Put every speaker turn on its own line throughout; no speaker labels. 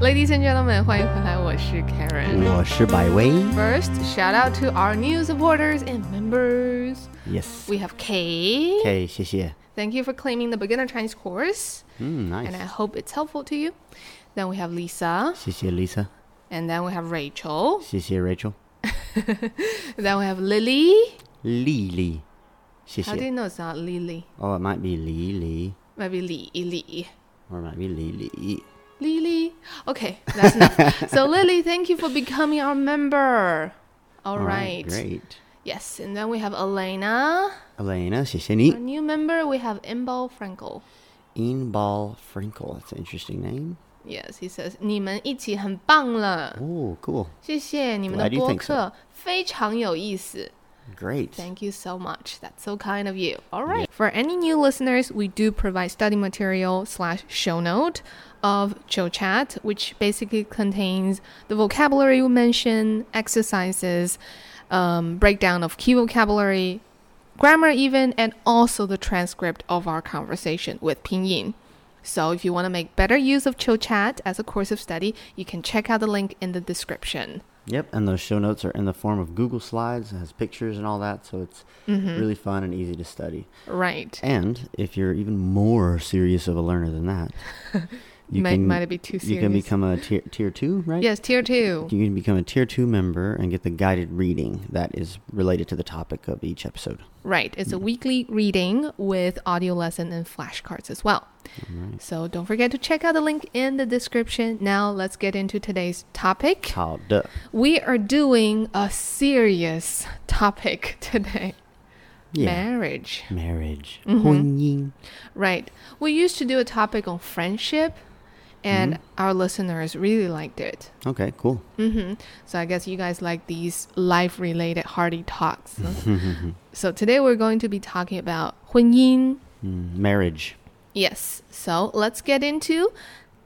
Ladies and gentlemen，欢迎回来，我是 Karen。
我是百威
First, shout out to our new supporters and members.
，Yes，
We have Kay.
可以，谢谢。
Thank you for claiming the beginner Chinese course,
嗯
and I
，Nice，
hope it's helpful to you. Then we have Lisa,
谢谢 Lisa，
and then we have Rachel,
谢谢 Rachel，
then we have Lily.
丽丽，谢
How do
谢。
you know it's not Lily?
哦、i t Oh, might be 李李
Maybe Li Li
，or might be 李李。
Lily. Okay, that's enough. so Lily, thank you for becoming our member. All
All
right.
great.
Yes, and then we have Elena,
Elena，谢谢你
our。new member. We have Imbal Frankel.
Inbal Frankel，that's an interesting name.
Yes, he says 你们一起很棒了，
Oh, cool.
谢谢你们的
Glad you
播
think
客非常有意思。
Great.
Thank you so much. That's so kind of you. All right. For any new listeners, we do provide study material slash show note of Chill Chat, which basically contains the vocabulary we mentioned, exercises, um, breakdown of key vocabulary, grammar even, and also the transcript of our conversation with Pinyin. So if you want to make better use of Chill Chat as a course of study, you can check out the link in the description.
Yep, and those show notes are in the form of Google Slides, it has pictures and all that, so it's
Mm-hmm.
really fun and easy to study.
Right.
And if you're even more serious of a learner than that, you
Might- might it be too
You can
serious?
become a tier, tier two, right?
Yes, tier two.
You can become a tier two member and get the guided reading that is related to the topic of each episode.
Right. It's a weekly reading with audio lesson and flashcards as well. So don't forget to check out the link in the description. Now let's get into today's topic.
How duh.
We are doing a serious topic today. Marriage.
Marriage.
Mm-hmm.
婚姻.
Right. We used to do a topic on friendship and our listeners really liked it.
Okay, cool.
hmm So I guess you guys like these life related hearty talks. huh? so today we're going to be talking about 婚姻
Mm, marriage.
Yes. So let's get into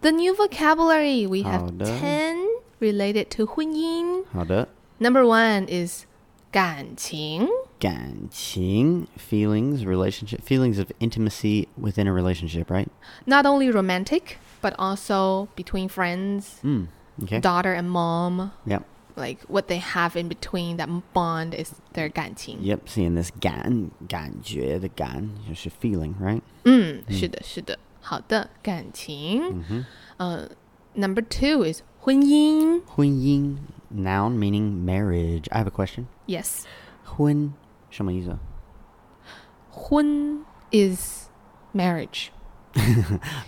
the new vocabulary. We have
好的。
10 related to 婚姻.
How duh.
Number one is 感情.
感情, feelings, relationship, feelings of intimacy within a relationship, right?
Not only romantic, but also between friends,
Mm. Okay.
daughter and mom.
Yep.
Like what they have in between, that bond is their 感情.
Yep. Seeing this 感,感觉, the 感, just a feeling, right?
Mm,
Mm.
嗯，是的，是的，好的，感情。呃 Uh, number two is 婚姻.
婚姻, noun meaning marriage. I have a question.
Yes.
婚,什么意思?
婚 is marriage.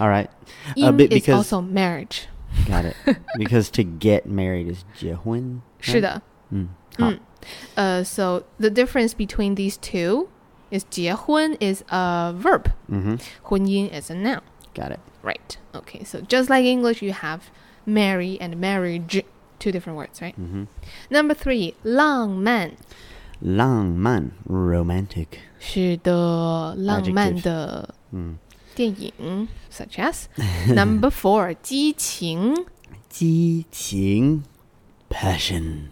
All right.
In
Uh, be-
is
because
also marriage.
got it. Because to get married is 结婚. right?
是的，
Mm. 好。
嗯，呃，so Uh, the difference between these two is 结婚 is a verb,
Mhm.
婚姻 is a noun.
Got it.
Right. Okay. So just like English, you have marry and marriage, two different words, right? Number three, 浪漫。
浪漫, romantic.
是的，浪漫的电影、s u c h as number four，激情。
激情, passion.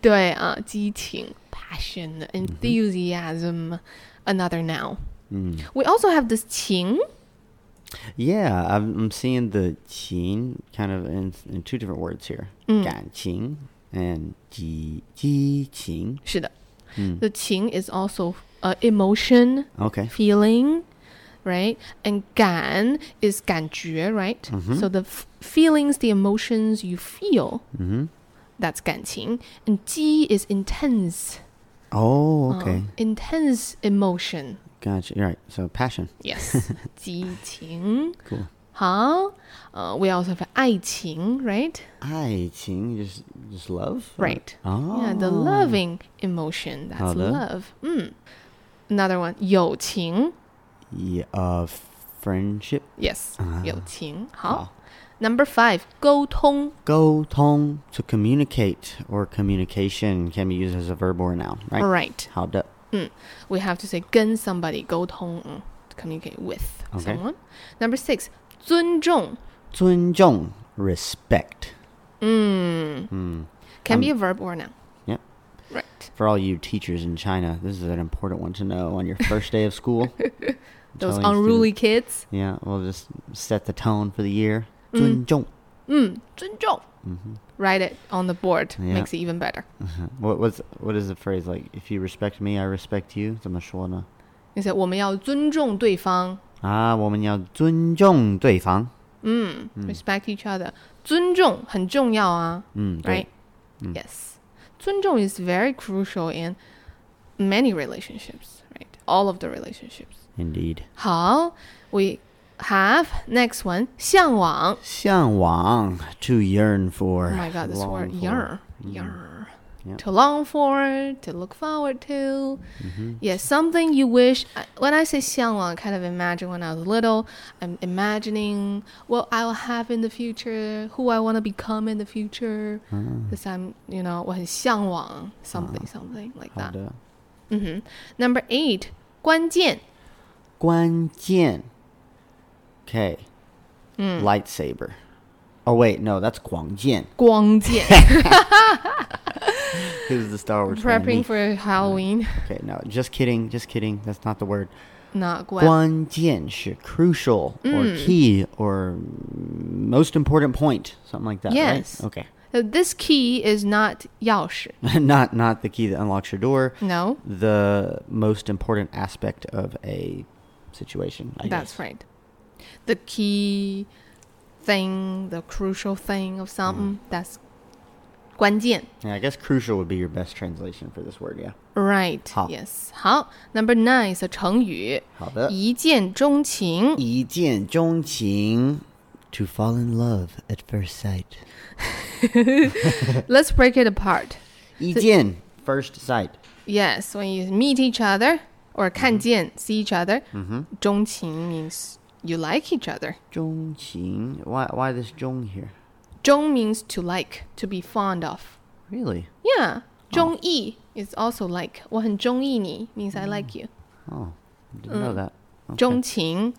对啊，激情 passion enthusiasm another noun. We also have this 情
Yeah, I'm, I'm seeing the 情 kind of in, in two different words here. 感情 and 激-激情.
是的、The 情 is also a emotion
Okay.
feeling, right? And 感 is 感觉 right? So the f- feelings, the emotions you feel,
Mm-hmm.
that's 感情. And 激 is intense.
Oh,
uh,
okay.
intense emotion.
Gotcha. You're right. So passion.
Yes. 激情
Cool.
好，呃、uh,，we Uh, also have 爱情，right?
爱情 just just love. or-
Right.
Oh.
Yeah, the loving emotion. That's
好的。
love. 嗯。Another one, 友情.
Yeah, uh, friendship.
Yes,
啊。
友情.
好。
Number five, 沟通.
Go tong to communicate or communication can be used as a verb or a noun, right?
Right.
How do?
We have to say 跟 somebody 沟通, mm, to communicate with
Okay.
someone. Number six, 尊重
尊重 respect.
Mm.
Um,
can be a verb or a noun.
Yep.
Right.
For all you teachers in China, this is an important one to know on your first day of school.
Those
Telling
unruly kids.
students- Yeah, we'll just set the tone for the year.尊重。mm-hmm.
Mm, 尊重. Write it on the board.
Yeah.
Makes it even better.
What what's what is the phrase like? If you respect me, I respect you. 怎么说呢？
You said 我们要尊重对方.
啊，我们要尊重对方。
Mm, Respect each other. 尊重很重要啊.
嗯，对。
Right? Yes. 尊重 is very crucial in many relationships. Right? All of the relationships.
Indeed.
好, we have next one 向往.
向往 to yearn for.
Oh my god, this
long
word
for.
yearn, yearn.
Yeah.
To long for, to look forward to. Yeah, something you wish. I- When I say 向往, I kind of imagine when I was little. I'm imagining what I'll have in the future, who I want to become in the future. This time, you know, 我很向往 something, something like that.
好的。
hmm Number eight, 关键.
关键. Okay.
Hmm.
Lightsaber. Oh wait, no, that's 广剑.
光剑.
Who's the Star Wars fan? Me.
Prepping for Halloween.
Okay, no, just kidding, just kidding. That's not the word.
Not 关.
关键是 crucial or
Mm.
key or most important point, something like that. right?
Yes. So This key is not 钥匙.
Okay. not not the key that unlocks your door.
No.
The most important aspect of a situation. I
That's
guess.
right. The key thing, the crucial thing of something,
Mm-hmm.
that's 关键.
Yeah, I guess crucial would be your best translation for this word. Yeah.
Right.
好。
Yes. 好. Number nine is a 成语.
好的。
一见钟情.
一见钟情 to fall in love at first sight.
Let's break it apart.
一见 first sight.
Yes, when you meet each other or
Mm-hmm.
看见, see each other, 钟情 means you like each other.
钟情 why why this 钟 here?
钟 means to like, to be fond of.
Really?
Yeah. 中意 is also like. 我很中意你 means I like you.
Oh, didn't
Mm.
know that. Okay.
钟情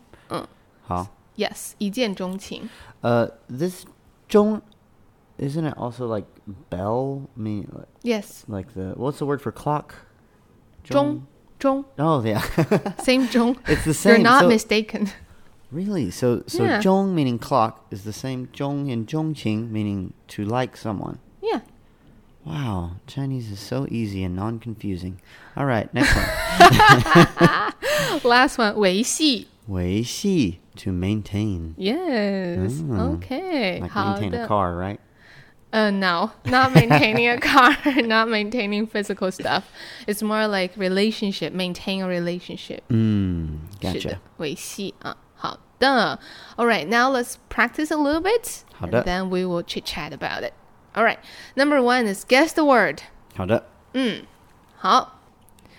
好。
Yes, 一见钟情.
Uh, this 钟 isn't it also like bell? I mean, like-
Yes,
like the what's the word for clock?
中中
Oh yeah,
same 中.
it's the same.
You're not
so-
mistaken.
Really? So so
Yeah.
钟 meaning clock is the same 钟 and 钟情 meaning to like someone.
Yeah.
Wow, Chinese is so easy and non-confusing. All right, next one.
Last one, 维系.
维系 to maintain.
Yes.
Mm.
Okay.
Like maintain a
好的。
car, right?
Uh, no, not maintaining a car, not maintaining physical stuff. It's more like relationship, maintain a relationship.
Mm, gotcha.
是的，维系啊。好的。All right, now let's practice a little bit. and
好的。
then we will chit chat about it. All right, number one is guess the word.
好的。
好，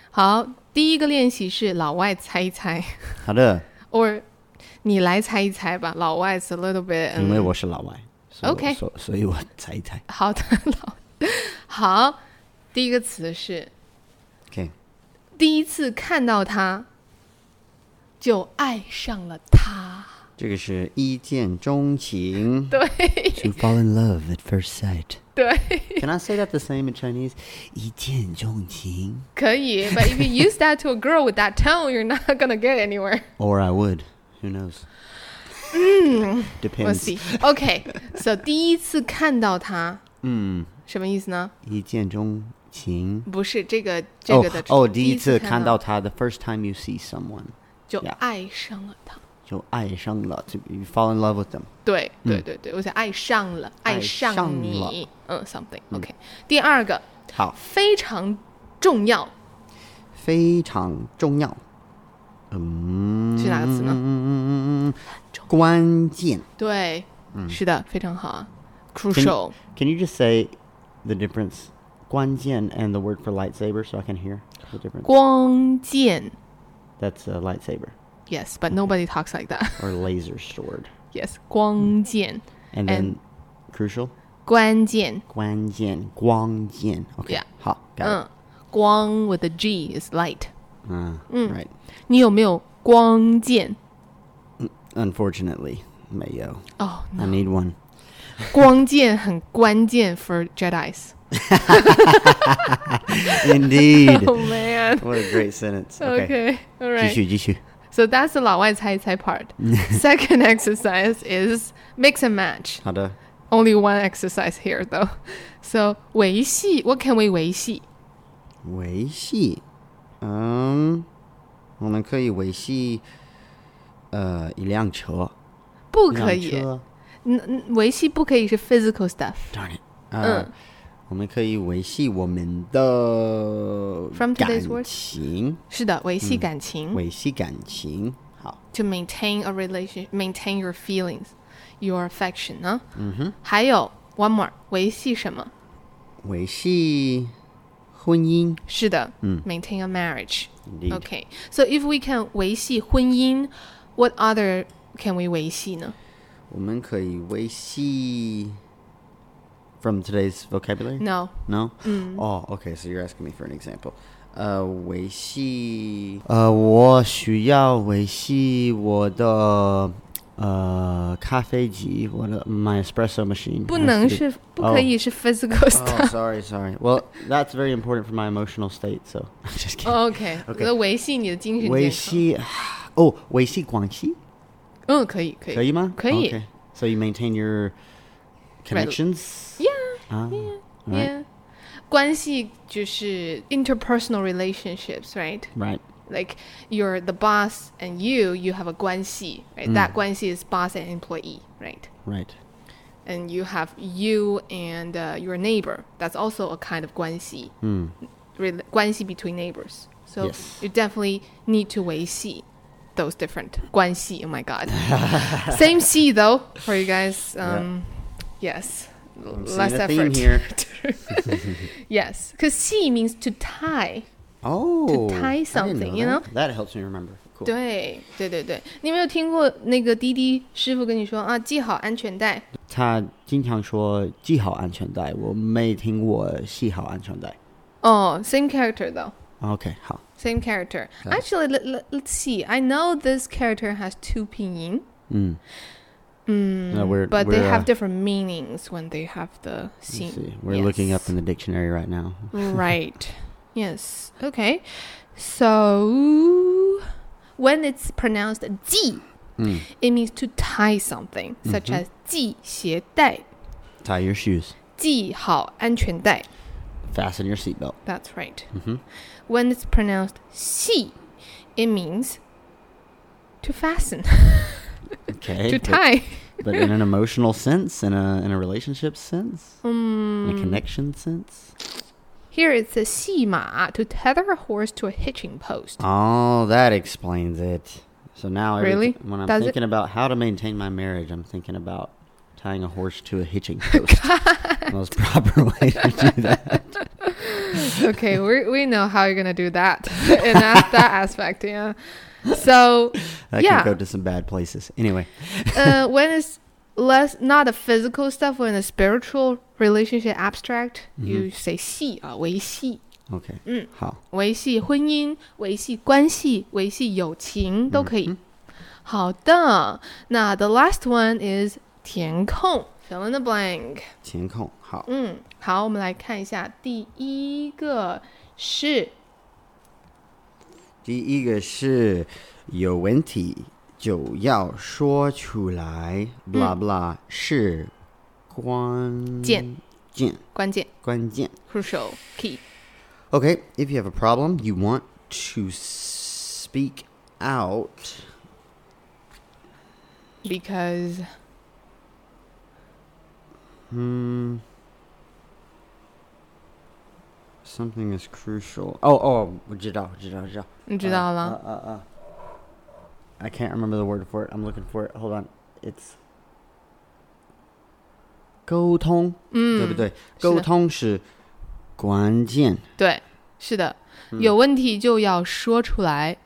好，第一个练习是老外猜一猜
好的。
，or 你来猜一猜吧。老外 is a little bit，嗯，
因为我是老外，所以-
OK。
所- 所以我猜一猜。
好的， 老好。第一个词是
OK，
第一次看到他，就爱上了他。
这个是一见钟情。
对
To fall in love at first sight.
对，
Can I say that the same in Chinese? 一见钟情
可以。But if you use that to a girl with that tone, you're not gonna get anywhere.
Or I would. Who knows?
We'll
Depends.
see. OK, so 第一次看到他
嗯，
什么意思呢？
一见钟情。
不是这个这
哦
个的
哦，
第
第一次看
看
到他，the first time you see someone，
就
Yeah.
爱上了他。
就爱上了，to you fall in love with them。
对对对对，我想爱上了，
爱
上
上
你
了，
嗯，something OK。第二个
好，
非常重要
非常重要。嗯，
是哪个词呢
嗯嗯嗯嗯嗯，关键。
对，是的，非常好啊，crucial。
Can you just say the difference? Guanjian and the word for lightsaber so I can hear the difference.
光剑
That's a lightsaber
，yes，but nobody talks like that。
or laser sword.
Yes，光剑
And then crucial?
关键，
Guanjian. Guangjian. Okay.
Yeah. Uh.
Ha, got
嗯，光 with a G is light。
it. Uh, Right.
你有没有光剑？
Unfortunately, Mayo.
哦、
I need one.
光剑很关键 for Jedi's。
Indeed.
Oh man.
What a great sentence. Okay.
Okay. All right.
继续继续。
So that's the 老外猜猜 part. Second exercise is mix and match.
好的，
Only one exercise here though. So 维系 what can we 维系?
维系，嗯，我们可以维系，呃，一辆车，一辆车。
不可以，维系不可以是 physical stuff.
Darn it！呃、
嗯
我们可以维系我们的
From
感
today's word
情，
是的，维系感情。
维系感情。好，
to maintain a relation, maintain your feelings, your affection 呢？嗯哼。还有 one more，维系什么？
维系婚姻。
是的，嗯，maintain a marriage。
Indeed.
Okay, so if we can 维系婚姻，what other can we 维系呢？
我们可以维系 from today's vocabulary.
No. Mm.
No. Oh, okay. So you're asking me for an example. 呃，维系呃，我需要维系我的呃咖啡机，我的 my espresso machine.
不能是，不可以是 physical
Oh,
stuff。
sorry, sorry. Well, that's very important for my emotional state. So I'm just kidding.
OK，
Okay
那维系你的精神健
维
康。
系哦，维系关系
嗯，可以，可以。
可以吗？
可以。
Okay. So you maintain your connections.
Yeah.
啊 Right.
Yeah. 关系就是 interpersonal relationships，right？
Right.
like you're the boss and you you have a guanxi right
Mm。
that guanxi is boss and employee right
Right.
and you have you and uh, your neighbor that's also a kind of guanxi
Hmm.
mm. guanxi between neighbors so
Yes.
you definitely need to weishi those different guanxi oh my god same xi though for you guys um yes l-
I'm seeing
less
a
effort
theme here.
yes because xi means to tie
Oh,
tie
I didn't
something, you
that. That helps me remember. Cool.
对对对对，你有没有听过那个滴滴师傅跟你说啊，系好安全带？
他经常说系好安全带，我没听过系好安全带。OK，好。
哦、s a m e character 的，same character。Actually, let, let let's see. I know this character has two pinyin,
嗯，no, we're,
Mm, but
we're,
they have
uh,
different meanings when they have the
let's
same.
see. We're looking up in the dictionary right now.
right. Yes. Okay. So when it's pronounced ji,
Mm.
it means to tie something, such
Mm-hmm.
as 系鞋带，
Tie your shoes.
系好安全带。
Fasten your seatbelt.
That's right.
Mhm.
When it's pronounced "xi," it means to fasten,
Okay.
to
but-
tie.
But, in an emotional sense, in a in a relationship sense, in a connection sense.
Mm, Here it's a "xi ma" to tether a horse to a hitching post.
Oh, that explains it. So now, every
Really?
t- when I'm
Does it-
thinking about how to maintain my marriage, I'm thinking about tying a horse to a hitching post. Most proper way to do that.
okay, we we know how you're gonna do that in that, that aspect. Yeah. So
That
Yeah.
can go to some bad places. Anyway,
uh, when it's less not a physical stuff, when a spiritual relationship abstract, you say "xi" uh, 维系。
okay.
嗯。
好，
维系婚姻、维系关系、维系友情都可以。好的，那 the last one is 填空，fill in the blank。
填空。好，
嗯，好，我们来看一下，第一个是
第一个是有问题就要说出来，blah blah 是关
键
键
关键
关键。
crucial key。
Okay, if you have a problem, you want to speak out.
Because
Hmm. Something is crucial. Oh, oh, 我知道，我知道，我知道。
你知道了
Uh, uh, uh, uh. I can't remember the word for it. I'm looking for it. Hold on. It's 沟通，
Hmm.
对不对？沟通是关键。对，
对，是的，有问题就要说出来。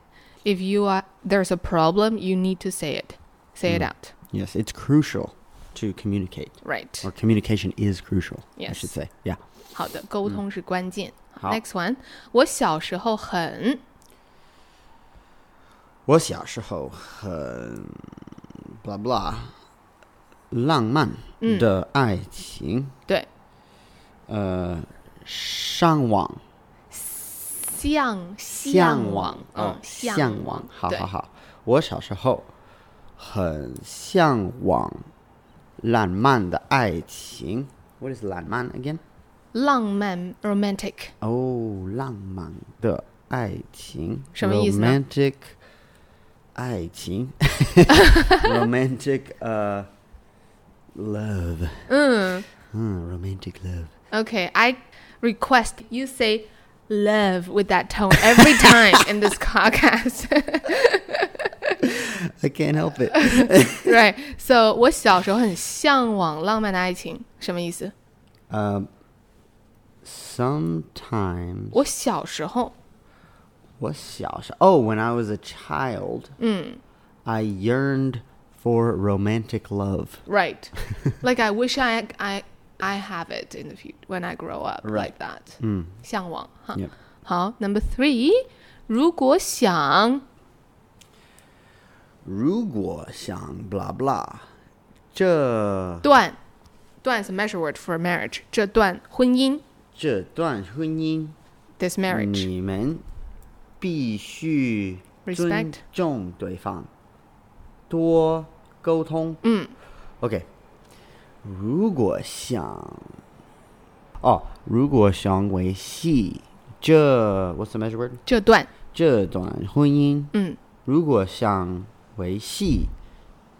If you are there's a problem, you need to say it, say it out.
Yes, it's crucial to communicate,
Right.
or communication is crucial. I
Yes.
should say. Yeah.
好的，沟通是关键。
好
Next one，我小时候很
我小时候很 blah blah 浪漫的爱情，
对，
呃，上网，
向
向
往，
哦
嗯，，
向往，好
对
好好。我小时候很向往浪漫的爱情。What is 浪漫 again？
浪漫 romantic
哦，浪漫的爱情，
什么意思呢
Romantic 爱 情，romantic 呃、love，
嗯。
嗯，romantic love。
Okay, I request you say love with that tone every time in this podcast.
I can't help it 。
right. So 我小时候很向往浪漫的爱情，什么意思？
Um, sometimes
我小时候，
我小时- Oh, when I was a child,
嗯
I yearned for romantic love.
right, like I wish I I I have it in the future when I grow up like that. 嗯，向往哈。
Yep.
好，Number three，如果想
如果想 blah blah，这
断断 is a measure word for marriage，这段婚姻
这段婚姻
this
嗯
marriage，、
你们必须
Respect.
尊重对方，多沟通。
Mm.
嗯，OK。如果想，哦，如果想维系这 What's the measure word？
这段
这段婚姻，
嗯。
如果想维系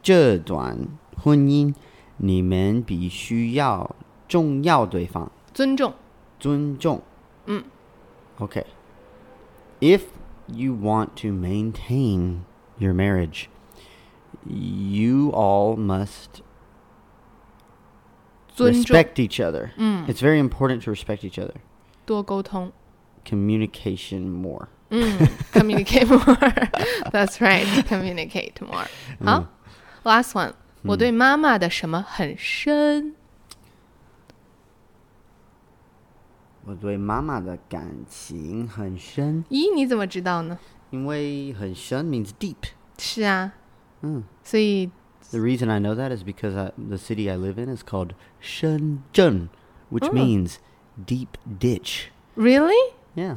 这段婚姻，你们必须要重要对方，尊重。
尊重。
Okay. If you want to maintain your marriage, you all must
尊重 Mm.
respect each other. It's very important to respect each other.
多沟通。
Communication more.
嗯 Mm,，communicate more. That's right, communicate more.
Mm.
好、l a s t one，、我对妈妈的什么很深？
我对妈妈的感情很深，
咦，你怎么知道呢？
因为很深 means deep.
是啊，
嗯，
所以
The reason I know that is because I, the city I live in is called Shenzhen, which
Oh。
means deep ditch.
really，
Yeah.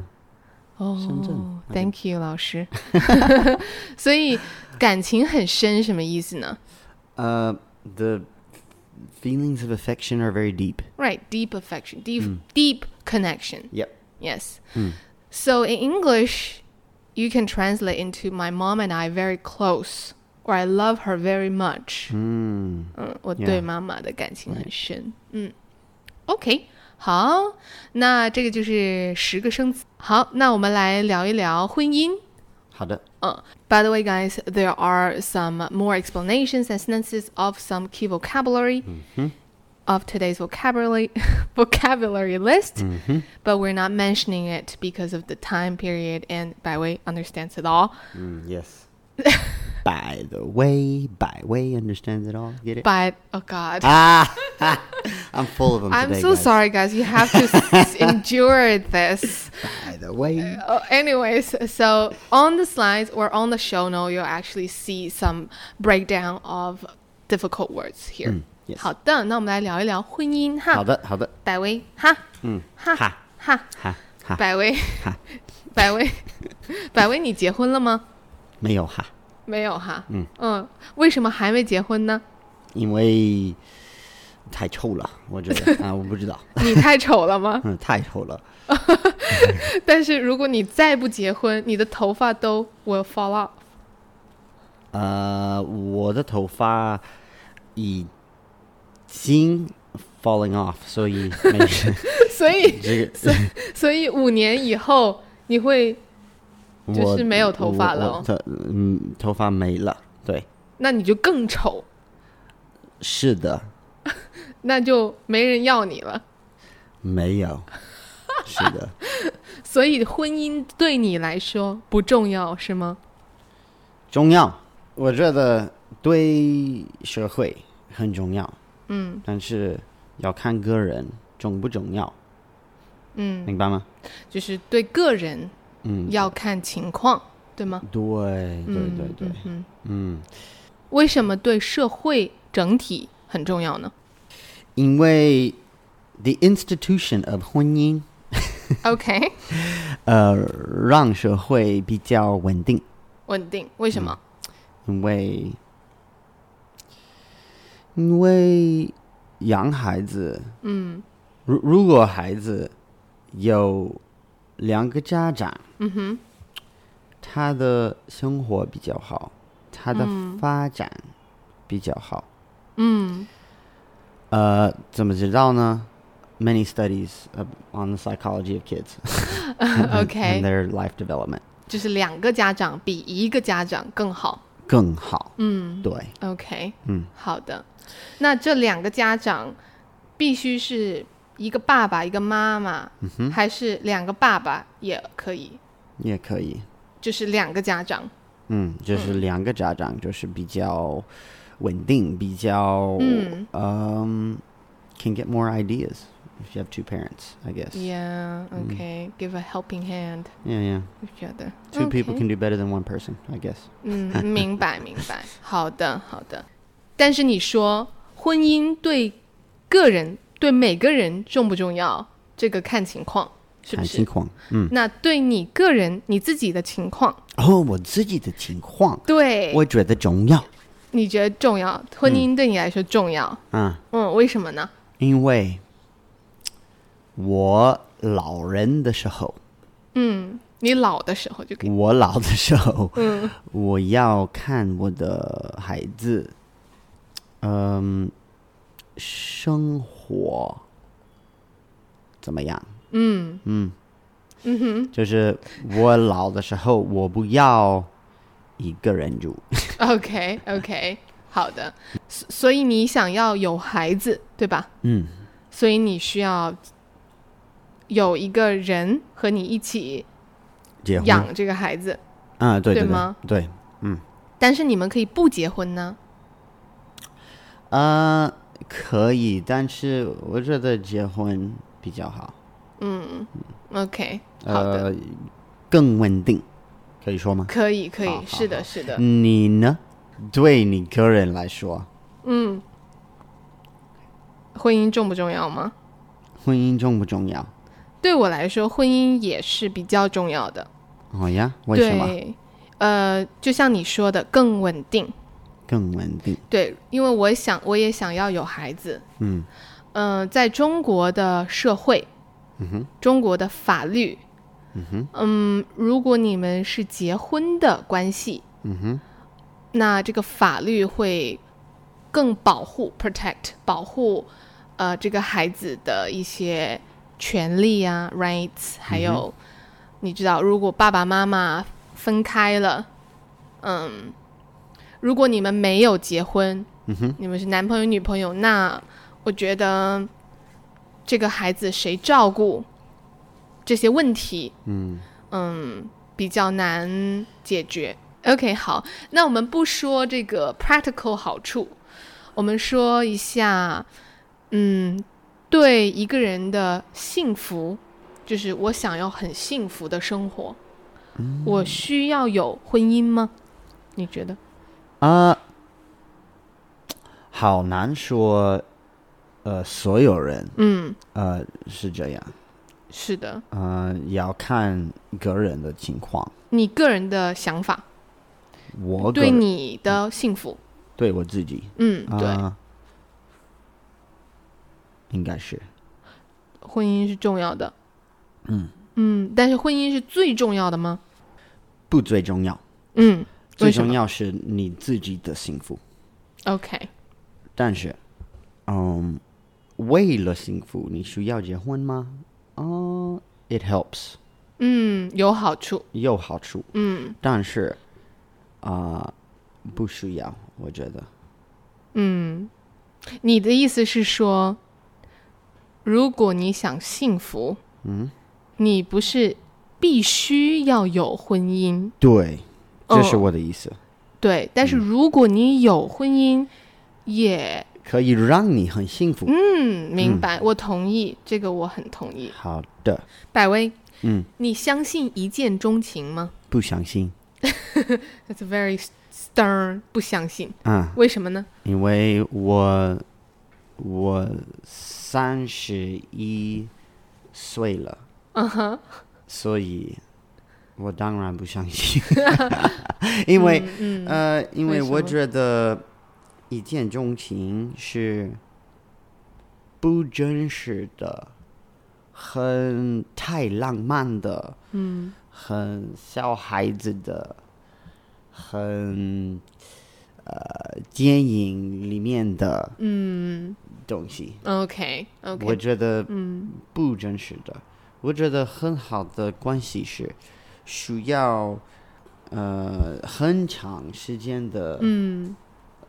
哦、
深圳
t h a n k Oh, you，老师。 所以感情很深什么意思呢
Uh, the feelings of affection are very deep.
？Right, deep affection, deep、deep
Mm.
connection.
Yep.
Yes.
Mm.
So in English, you can translate into my mom and I very close, or I love her very much.
嗯，
嗯，我对
Yeah.
妈妈的感情很深。嗯，OK，好，那这个就是十个生词。好，那我们来聊一聊婚姻。
好的。
Uh, by the way, guys, there are some more explanations and sentences of some key vocabulary
Mm-hmm。
of today's vocabulary vocabulary list,
Mm-hmm。
but we're not mentioning it because of the time period, and by way understands it all.
嗯，yes. By the way, by way understands it all. Get it?
But oh god,
ah, I'm full of them
I'm
today,
so
guys.
sorry, guys. You have to s- endure this.
By the way.
Uh, anyways, so on the slides or on the show note, you'll actually see some breakdown of difficult words here.
Mm, ，yes
Mm, 好的，那我们来聊一聊婚姻哈。
好的，好的。
百威哈，
嗯，
哈
哈
哈，
哈哈，
百威，
哈。
百威，百威，你结婚了吗？没有哈。
没有哈，
嗯为什么还没结婚呢？
因为太臭了，我觉 得啊，我不知道，
你太丑了吗？
嗯，太臭了。
但是如果你再不结婚，你的头发都 will fall off。
呃，我的头发已经 falling off，所以没事。
所以，
这个
所以所以五年以后你会
我
就是没有头发
我
了
我头嗯，头发没了。对，
那你就更丑，
是的，
那就没人要你了。
没有，是的，
所以婚姻对你来说不重要是吗？
重要。我觉得对社会很重要，嗯，但是要看个人重不重要，
嗯，
明白吗？
就是对个人
嗯，
要看情况，对吗？
对对对对，
嗯，
嗯，
为什么对社会整体 很重要呢？
因为 the institution of 婚姻
OK，
呃，让社会比较稳定，
稳定。为什么？
嗯因为因为养孩子，
嗯
如如果孩子有两个家长，
嗯哼，
他的生活比较好，他的
嗯
发展比较好。
嗯
呃，怎么知道呢？Many studies uh, on the psychology of kids and
，OK，
their life development
就是两个家长比一个家长更好。
更好。
嗯
对，
，OK，
嗯，
好的。那这两个家长必须是一个爸爸一个妈妈，
嗯
还是两个爸爸也可以？
也可以。
就是两个家长。
嗯，就是两个家长就是比较稳定，比较
嗯
嗯 can get more ideas if you have two parents, I guess.
Yeah,
Mm.
OK, give a helping hand
Yeah, yeah.
each other.
Two people
Okay.
can do better than one person, I guess.
嗯，明白明白，好的好的。但是你说婚姻对个人对每个人重不重要？这个看情况，是不是？
看情况。嗯
那对你个人你自己的情况，
哦，我自己的情况，
对
我觉得重要。
你觉得重要？婚姻对你来说重要？
嗯，
嗯，为什么呢？
因为我老人的时候，
嗯，你老的时候就可以。
我老的时候，
嗯
我要看我的孩子，嗯，生活怎么样？
嗯嗯
就是我老的时候，我不要一个人住。
哼，OK OK，好的。所所以你想要有孩子，对吧？
嗯，
所以你需要有一个人和你一起
结婚
养这个孩子，
啊，对
对
对
吗
对，
但是你们可以不结婚呢。
呃，可以，但是我觉得结婚比较好，
OK，好的，
呃，更稳定，可以说吗？
可以，可以，
好好
是的，是的，
你呢？对你个人来说，
嗯，婚姻重不重要吗？
婚姻重不重要？
对我来说，婚姻也是比较重要的。
哦呀，为什么
对，呃，就像你说的，更稳定。
更稳定？
对，因为我想，我也想要有孩子。
嗯
嗯、在中国的社会，
嗯哼，
中国的法律，
嗯哼，
嗯，如果你们是结婚的关系，
嗯哼，
那这个法律会更保护 protect 保护呃这个孩子的一些权利啊 rights，还
嗯
有、你知道，如果爸爸妈妈分开了，嗯，如果你们没有结婚，
嗯哼，
你们是男朋友女朋友，那我觉得这个孩子谁照顾这些问题，
嗯
嗯，比较难解决。OK，好，那我们不说这个 practical 好处，我们说一下，嗯，对一个人的幸福，就是我想要很幸福的生活，
嗯
我需要有婚姻吗？你觉得？
啊、好难说。呃，所有人
嗯，
呃是这样，
是的，
呃，要看个人的情况。
你个人的想法
我个
对
人
你的幸福，
对我自己，
嗯，对，
啊应该是
婚姻是重要的，嗯嗯，但是婚姻是最重要的吗？
不最重要，
嗯，
最
为什么
重要是你自己的幸福。
OK，
但是，嗯，为了幸福，你需要结婚吗？哦、i t helps
嗯，有好处，
有好处，
嗯
但是啊、不需要，我觉得
嗯。你的意思是说，如果你想幸福，嗯，你不是必须要有婚姻，
对，这是
哦
我的意思，
对，但
嗯
是如果你有婚姻，也
可以让你很幸福。
嗯，明白，我同意，这个我很同意。
好的，
百威，
嗯，
你相信一见钟情吗
不相信，
？That's very stern，不相信，
嗯。
为什么呢？
因为我我三十一岁了，
嗯哼，
所以我当然不相信， 因为、
嗯嗯
呃，因
为
为
什
我
么
觉得一见钟情是不真实的，很太浪漫的，
嗯
很小孩子的，很呃电影里面的
嗯
东西。
，OK 呃
我
OK，
觉得
嗯
不真实的。我觉得很好的关系是需要呃很长时间的、
嗯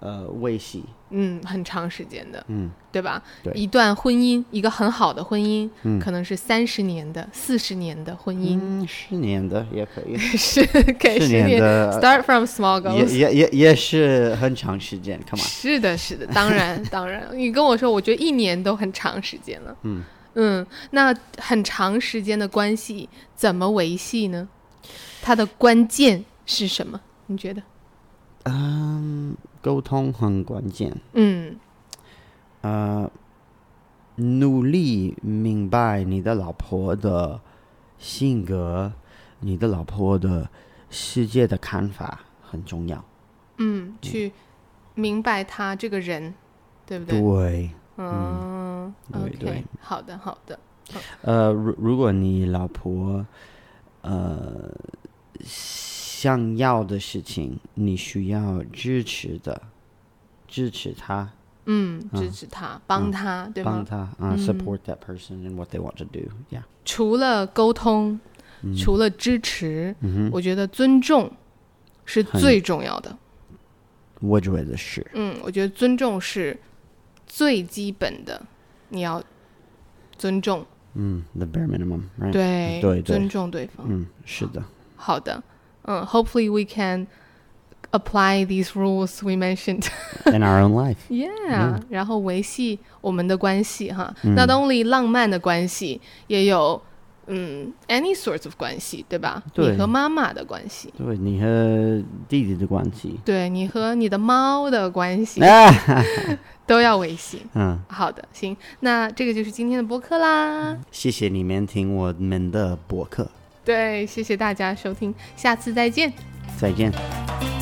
呃维系。
嗯，很长时间的，
嗯，
对吧？
对
一段婚姻，一个很好的婚姻，
嗯
可能是三十年的、四十年的婚姻，
嗯，十年的也可 以，
是给
十
十
年的呃
Start from small
也
goals。
也也也是很长时间。Come
是的，是的，当 然，当然，你跟我说，我觉得一年都很长时间了。
嗯
嗯，那很长时间的关系怎么维系呢？它的关键是什么？你觉得？
on，嗯，沟通很关键。
嗯
呃，努力明白你的老婆的性格，你的老婆的世界的看法很重要。
嗯，去明白他这个人，对不对？
对，哦
嗯
对
o k
对
好的，好的。
呃，如如果你老婆呃想要的事情，你需要支持的，支持她，
嗯，支持他，帮他，对吗
帮？她啊、s u p p o r t that person in what they want to do。Yeah，
除了沟通，
嗯
除了支持，我觉得尊重是
很
最重要的。
我觉得是。
嗯，我觉得尊重是最基本的，你要尊重，
嗯，the bare minimum，right？
对，
嗯对对
尊重对方。
嗯，是 的。
好的，嗯，Hopefully we can apply these rules we mentioned.
in our own life.
Yeah，、然啊后维系我们的关系哈。Not only 浪漫的关系，也有嗯 any sorts of 关系，对吧？
对
你和妈妈的关系，
对你和弟弟的关系，
对你和你的猫的关系
啊，
都要维系。
嗯
好的，行，那这个就是今天的播客啦。
嗯
对，谢谢大家收听，下次再见。
嗯，谢谢你们听我们的博客，再见。